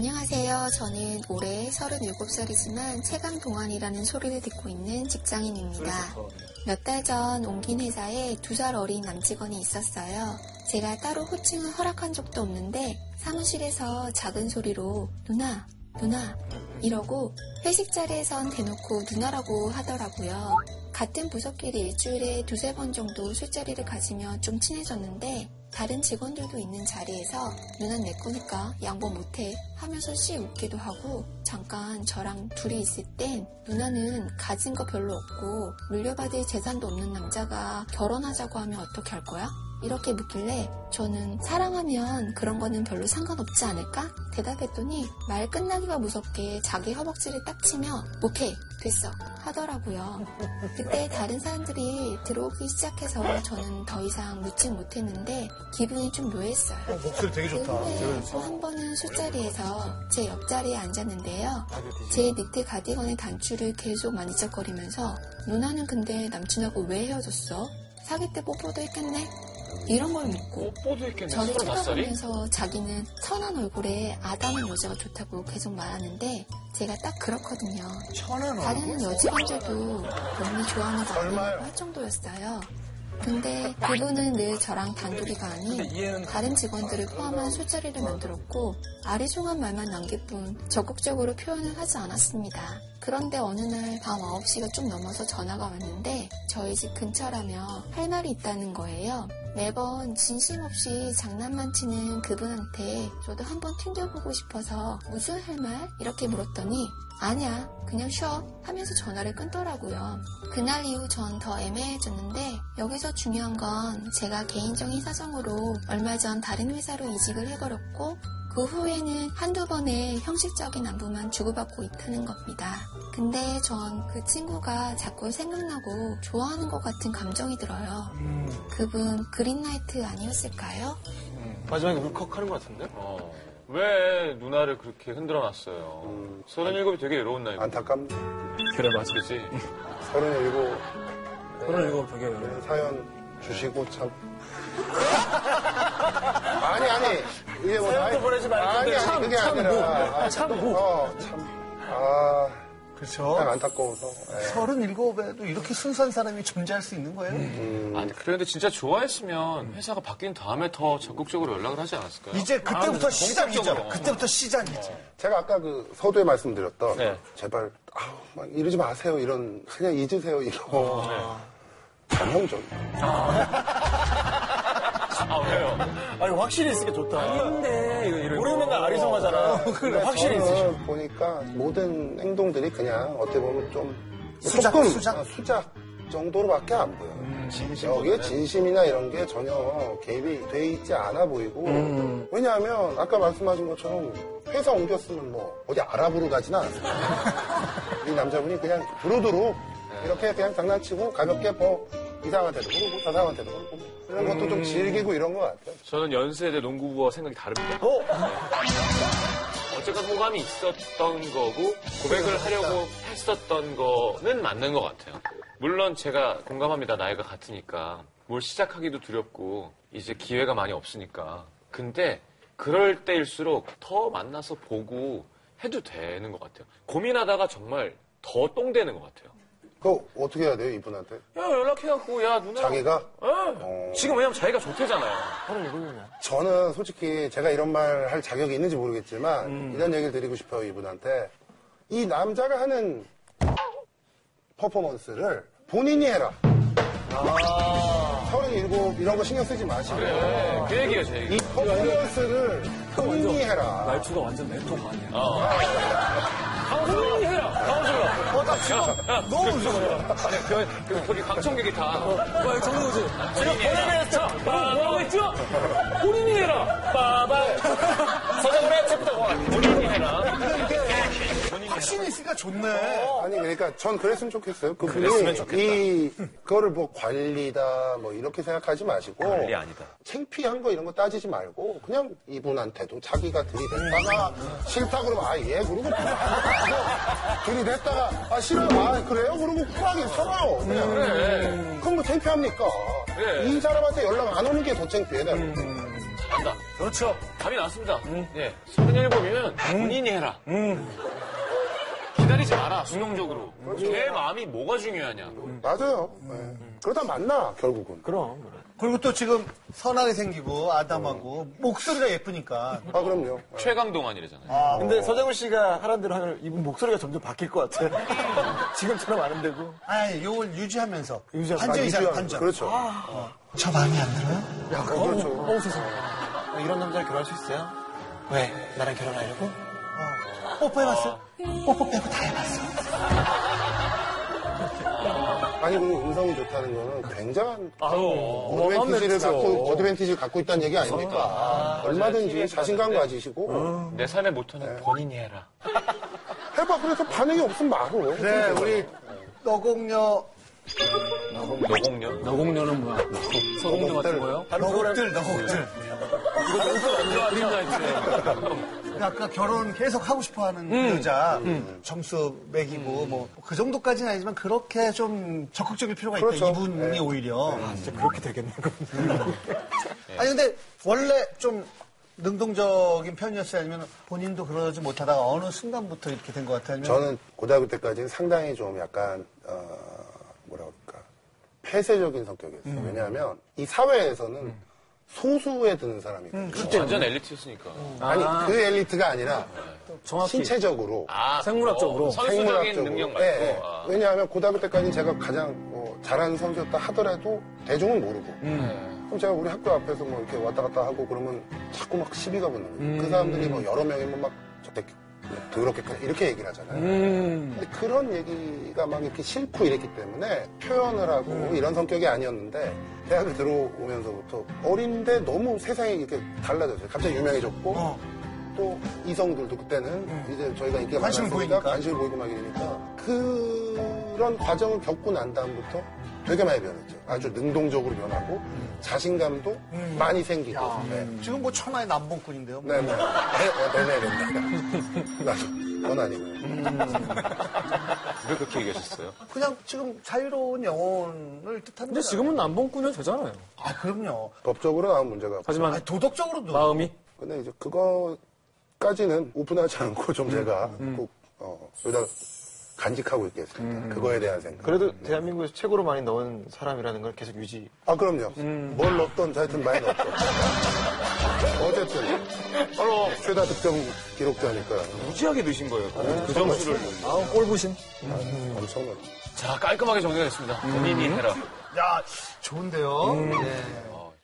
안녕하세요. 저는 올해 37살이지만 체감 동안이라는 소리를 듣고 있는 직장인입니다. 어, 몇 달 전 옮긴 회사에 두 살 어린 남직원이 있었어요. 제가 따로 호칭을 허락한 적도 없는데 사무실에서 작은 소리로 누나, 누나 이러고 회식 자리에선 대놓고 누나라고 하더라고요. 같은 부서끼리 일주일에 두세 번 정도 술자리를 가지며 좀 친해졌는데 다른 직원들도 있는 자리에서 누난 내 거니까 양보 못해 하면서 씩 웃기도 하고 잠깐 저랑 둘이 있을 땐 누나는 가진 거 별로 없고 물려받을 재산도 없는 남자가 결혼하자고 하면 어떻게 할 거야? 이렇게 묻길래 저는 사랑하면 그런 거는 별로 상관없지 않을까? 대답했더니 말 끝나기가 무섭게 자기 허벅지를 딱 치며 오케이 됐어 하더라고요. 그때 다른 사람들이 들어오기 시작해서 저는 더 이상 묻지 못했는데 기분이 좀 묘했어요. 어, 목소리 되게 그 좋다. 후에 재현 씨. 또 한 번은 술자리에서 제 옆자리에 앉았는데요. 제 니트 가디건의 단추를 계속 만지작거리면서 누나는 근데 남친하고 왜 헤어졌어? 사귈 때 뽀뽀도 했겠네? 이런 걸 묻고 뽀뽀도 했겠네. 저를 서른다섯 살이? 쳐다보면서 자기는 선한 얼굴에 아담한 여자가 좋다고 계속 말하는데 제가 딱 그렇거든요. 천안 다른 여직원들도 몸이 좋아하는 거 얼마요? 아니라고 할 정도였어요. 근데 그분은 늘 저랑 단둘이가 아닌 다른 직원들을 포함한 술자리를 만들었고 아리송한 말만 남길 뿐 적극적으로 표현을 하지 않았습니다. 그런데 어느 날 밤 9시가 좀 넘어서 전화가 왔는데 저희 집 근처라며 할 말이 있다는 거예요. 매번 진심 없이 장난만 치는 그분한테 저도 한번 튕겨보고 싶어서 무슨 할 말? 이렇게 물었더니 아니야 그냥 쉬어 하면서 전화를 끊더라고요. 그날 이후 전 더 애매해졌는데 여기서 중요한 건 제가 개인적인 사정으로 얼마 전 다른 회사로 이직을 해버렸고 그 후에는 한두 번의 형식적인 안부만 주고받고 있다는 겁니다. 근데 전 그 친구가 자꾸 생각나고 좋아하는 것 같은 감정이 들어요. 음. 그분 그린라이트 아니었을까요? 마지막에 울컥하는 것 같은데? 어. 왜 누나를 그렇게 흔들어놨어요? 음. 서른일곱이 되게 외로운 나이고. 안타깝네. 그래, 맞아. 그지? 음. 37 서른일곱 되게 외로워. 이런 사연 주시고 참. 아니, 아니. 이게 뭐 나이. 보내지 말고 아니, 아니. 참, 그게 참 아니라. 뭐. 아, 참 뭐. 어, 참. 아. 그렇죠. 참 안타까워서. 예. 37에도 이렇게 순수한 사람이 존재할 수 있는 거예요. 아니, 그런데 진짜 좋아했으면 회사가 바뀐 다음에 더 적극적으로 연락을 하지 않았을까요? 이제 그때부터 마음을 시작이죠. 아, 공격적으로. 그때부터 시작이지. 제가 아까 그 서두에 말씀드렸던 네. 제발 아우 막 이러지 마세요 이런 그냥 잊으세요 이런 전형적인 아, 왜요? 아니 확실히 있으니까 좋다. 근데, 이거 이런 모르는 날 아리송하잖아. 근데 확실히 저는 있으셔. 보니까 모든 행동들이 그냥 어떻게 보면 좀 수작, 조금 수작? 아, 수작 정도로밖에 안 보여요. 음, 여기에 진심이나 이런 게 전혀 개입이 돼 있지 않아 보이고 음. 왜냐하면 아까 말씀하신 것처럼 회사 옮겼으면 뭐 어디 아랍으로 가진 않았어요. 이 남자분이 그냥 두루두루 네. 이렇게 그냥 장난치고 가볍게 뭐 이상한테도 그러고 저상한테도 그러고 뭐 이런 것도 음. 좀 즐기고 이런 것 같아요. 저는 연세대 농구부와 생각이 다릅니다. 네. 어? 어쨌건 뭐 호감이 있었던 거고 고백을 하려고 했었던 거는 맞는 것 같아요. 물론 제가 공감합니다. 나이가 같으니까 뭘 시작하기도 두렵고 이제 기회가 많이 없으니까. 근데 그럴 때일수록 더 만나서 보고 해도 되는 것 같아요. 고민하다가 정말 더 똥되는 것 같아요. 그거 어떻게 해야 돼요 이분한테? 야 연락해갖고 야 누나. 자기가? 어. 지금 왜냐면 자기가 좋대잖아요. 저는 솔직히 제가 이런 말 할 자격이 있는지 모르겠지만 음. 이런 얘기를 드리고 싶어요 이분한테 이 남자가 하는 퍼포먼스를 본인이 해라 서른일곱 이런 거 신경 쓰지 마시고 네, 그 얘기예요 제 얘기. 이 퍼포먼스를 어, 본인이 해라 말투가 완전 멘토가 아니야. 강수로 해라. 강수로. 어, 나 지금 너무 무서워요. 그 거기 방청객이 다. 아, 뭐야 정우지. 제가 보내냈어. 뭐라고 했죠? 본인이 해라. 아. 빠밤. 서정훈의 챕터 1. 본인이 해라. 어, 확신이 있으니까 좋네. 아니 그러니까 전 그랬으면 좋겠어요 그랬으면 그분이 좋겠다. 이 그거를 뭐 관리다 뭐 이렇게 생각하지 마시고 관리 네, 아니다. 창피한 거 이런 거 따지지 말고 그냥 이분한테도 자기가 들이댔다가 싫다 그러면 아예 그러고 쿨하게 들이댔다가 아 싫어요 아 그래요 그러고 쿨하게 서어요 음. 그냥 그래. 그럼 뭐 창피합니까 그래. 예. 음, 이 사람한테 연락 안 오는 게 더 창피해 나 안다. 그렇죠. 답이 나왔습니다. 예. 37이면 본인이 해라. 기다리지 마라, 수동적으로. 걔 마음이 뭐가 중요하냐. 맞아요. 네. 그러다 만나 결국은. 그럼. 그리고 또 지금 선하게 생기고 아담하고 목소리가 예쁘니까 아 그럼요. 최강동안이래잖아요. 근데 서장훈 씨가 하란 대로 하면 이분 목소리가 점점 바뀔 것 같아. 지금처럼 안 되고. 아 요걸 유지하면서 유지하- 반전 아, 이상 유지하는 반전 그렇죠. 저 마음에 안 들어요? 야, 그렇죠. 어우, 세상에. 이런 남자랑 결혼할 수 있어요? 왜? 나랑 결혼하려고? 뽀뽀 해봤어? 뽀뽀 빼고 다 해봤어? 아니 근데 음성이 좋다는 거는 굉장한 아우. 어드밴티지를 어마어마했죠. 갖고 어드밴티지를 갖고 있다는 얘기 아닙니까? 얼마든지 자신감 가지시고 내 삶의 모토는 본인이 해라. 해봐 그래서 반응이 없으면 말로. 네 우리 너공녀 노공녀? 너공녀는 뭐야? 서공녀 같은 거요? 너곡들 너곡들 근데 그러니까 아까 결혼 계속 하고 싶어 하는 여자 점수 매기고 뭐 그 정도까지는 아니지만 그렇게 좀 적극적일 필요가 그렇죠. 있다 이분이 네. 오히려 진짜 그렇게 되겠네. 아니 근데 원래 좀 능동적인 편이었어요 아니면 본인도 그러지 못하다가 어느 순간부터 이렇게 된 것 같아요 아니면 저는 고등학교 때까지는 상당히 좀 약간 어, 뭐라 그럴까 폐쇄적인 성격이었어요. 왜냐하면 이 사회에서는 소수에 드는 사람이거든요. 그렇죠. 완전 엘리트였으니까. 아니 음, 그 엘리트가 아니라 정확히. 신체적으로 아, 생물학적으로. 어, 선수적인 생물학적으로. 능력 말고. 예, 예. 아. 왜냐하면 고등학교 때까지는 제가 가장 어, 잘하는 성적이었다 하더라도 대중은 모르고 음. 네. 그럼 제가 우리 학교 앞에서 뭐 이렇게 왔다 갔다 하고 그러면 자꾸 막 시비가 붙는 거예요 음. 그 사람들이 뭐 여러 명이면 막 저때 더럽게까지 이렇게 얘기를 하잖아요 음. 근데 그런 얘기가 막 이렇게 싫고 이랬기 때문에 표현을 하고 음. 이런 성격이 아니었는데 대학을 들어오면서부터 어린데 너무 세상이 이렇게 달라졌어요 갑자기 유명해졌고 또 이성들도 그때는 이제 저희가 인기가 음. 관심을 많았으니까 보이니까. 관심을 보이고 막 이러니까 그런 과정을 겪고 난 다음부터 되게 많이 변했죠. 아주 능동적으로 변하고 음. 자신감도 많이 생기고. 네. 지금 뭐 천하의 남봉꾼인데요 뭐. 네네. 네, 네, 네, 네. 나도 그건 아니고요. 음. 왜 그렇게 얘기하셨어요? 그냥 지금 자유로운 영혼을 뜻하는 근데 지금은 남봉꾼이 되잖아요. 아 그럼요 법적으로 나온 문제가 없고. 하지만 아니, 도덕적으로도 마음이 근데 이제 그거까지는 오픈하지 않고 음. 좀 제가 꼭 어, 여기다 간직하고 있겠습니다. 그거에 대한 생각. 음. 그래도 대한민국에서 최고로 많이 넣은 사람이라는 걸 계속 유지. 아 그럼요. 음. 뭘 넣던 하여튼 많이 넣었죠. 어쨌든 바로 최다 득점 기록자니까 무지하게 넣으신 거예요. 그 점수를. 아우 꼴부심. 엄청나죠. 자, 깔끔하게 정리가 됐습니다. 본인이 해라. 야 좋은데요 네.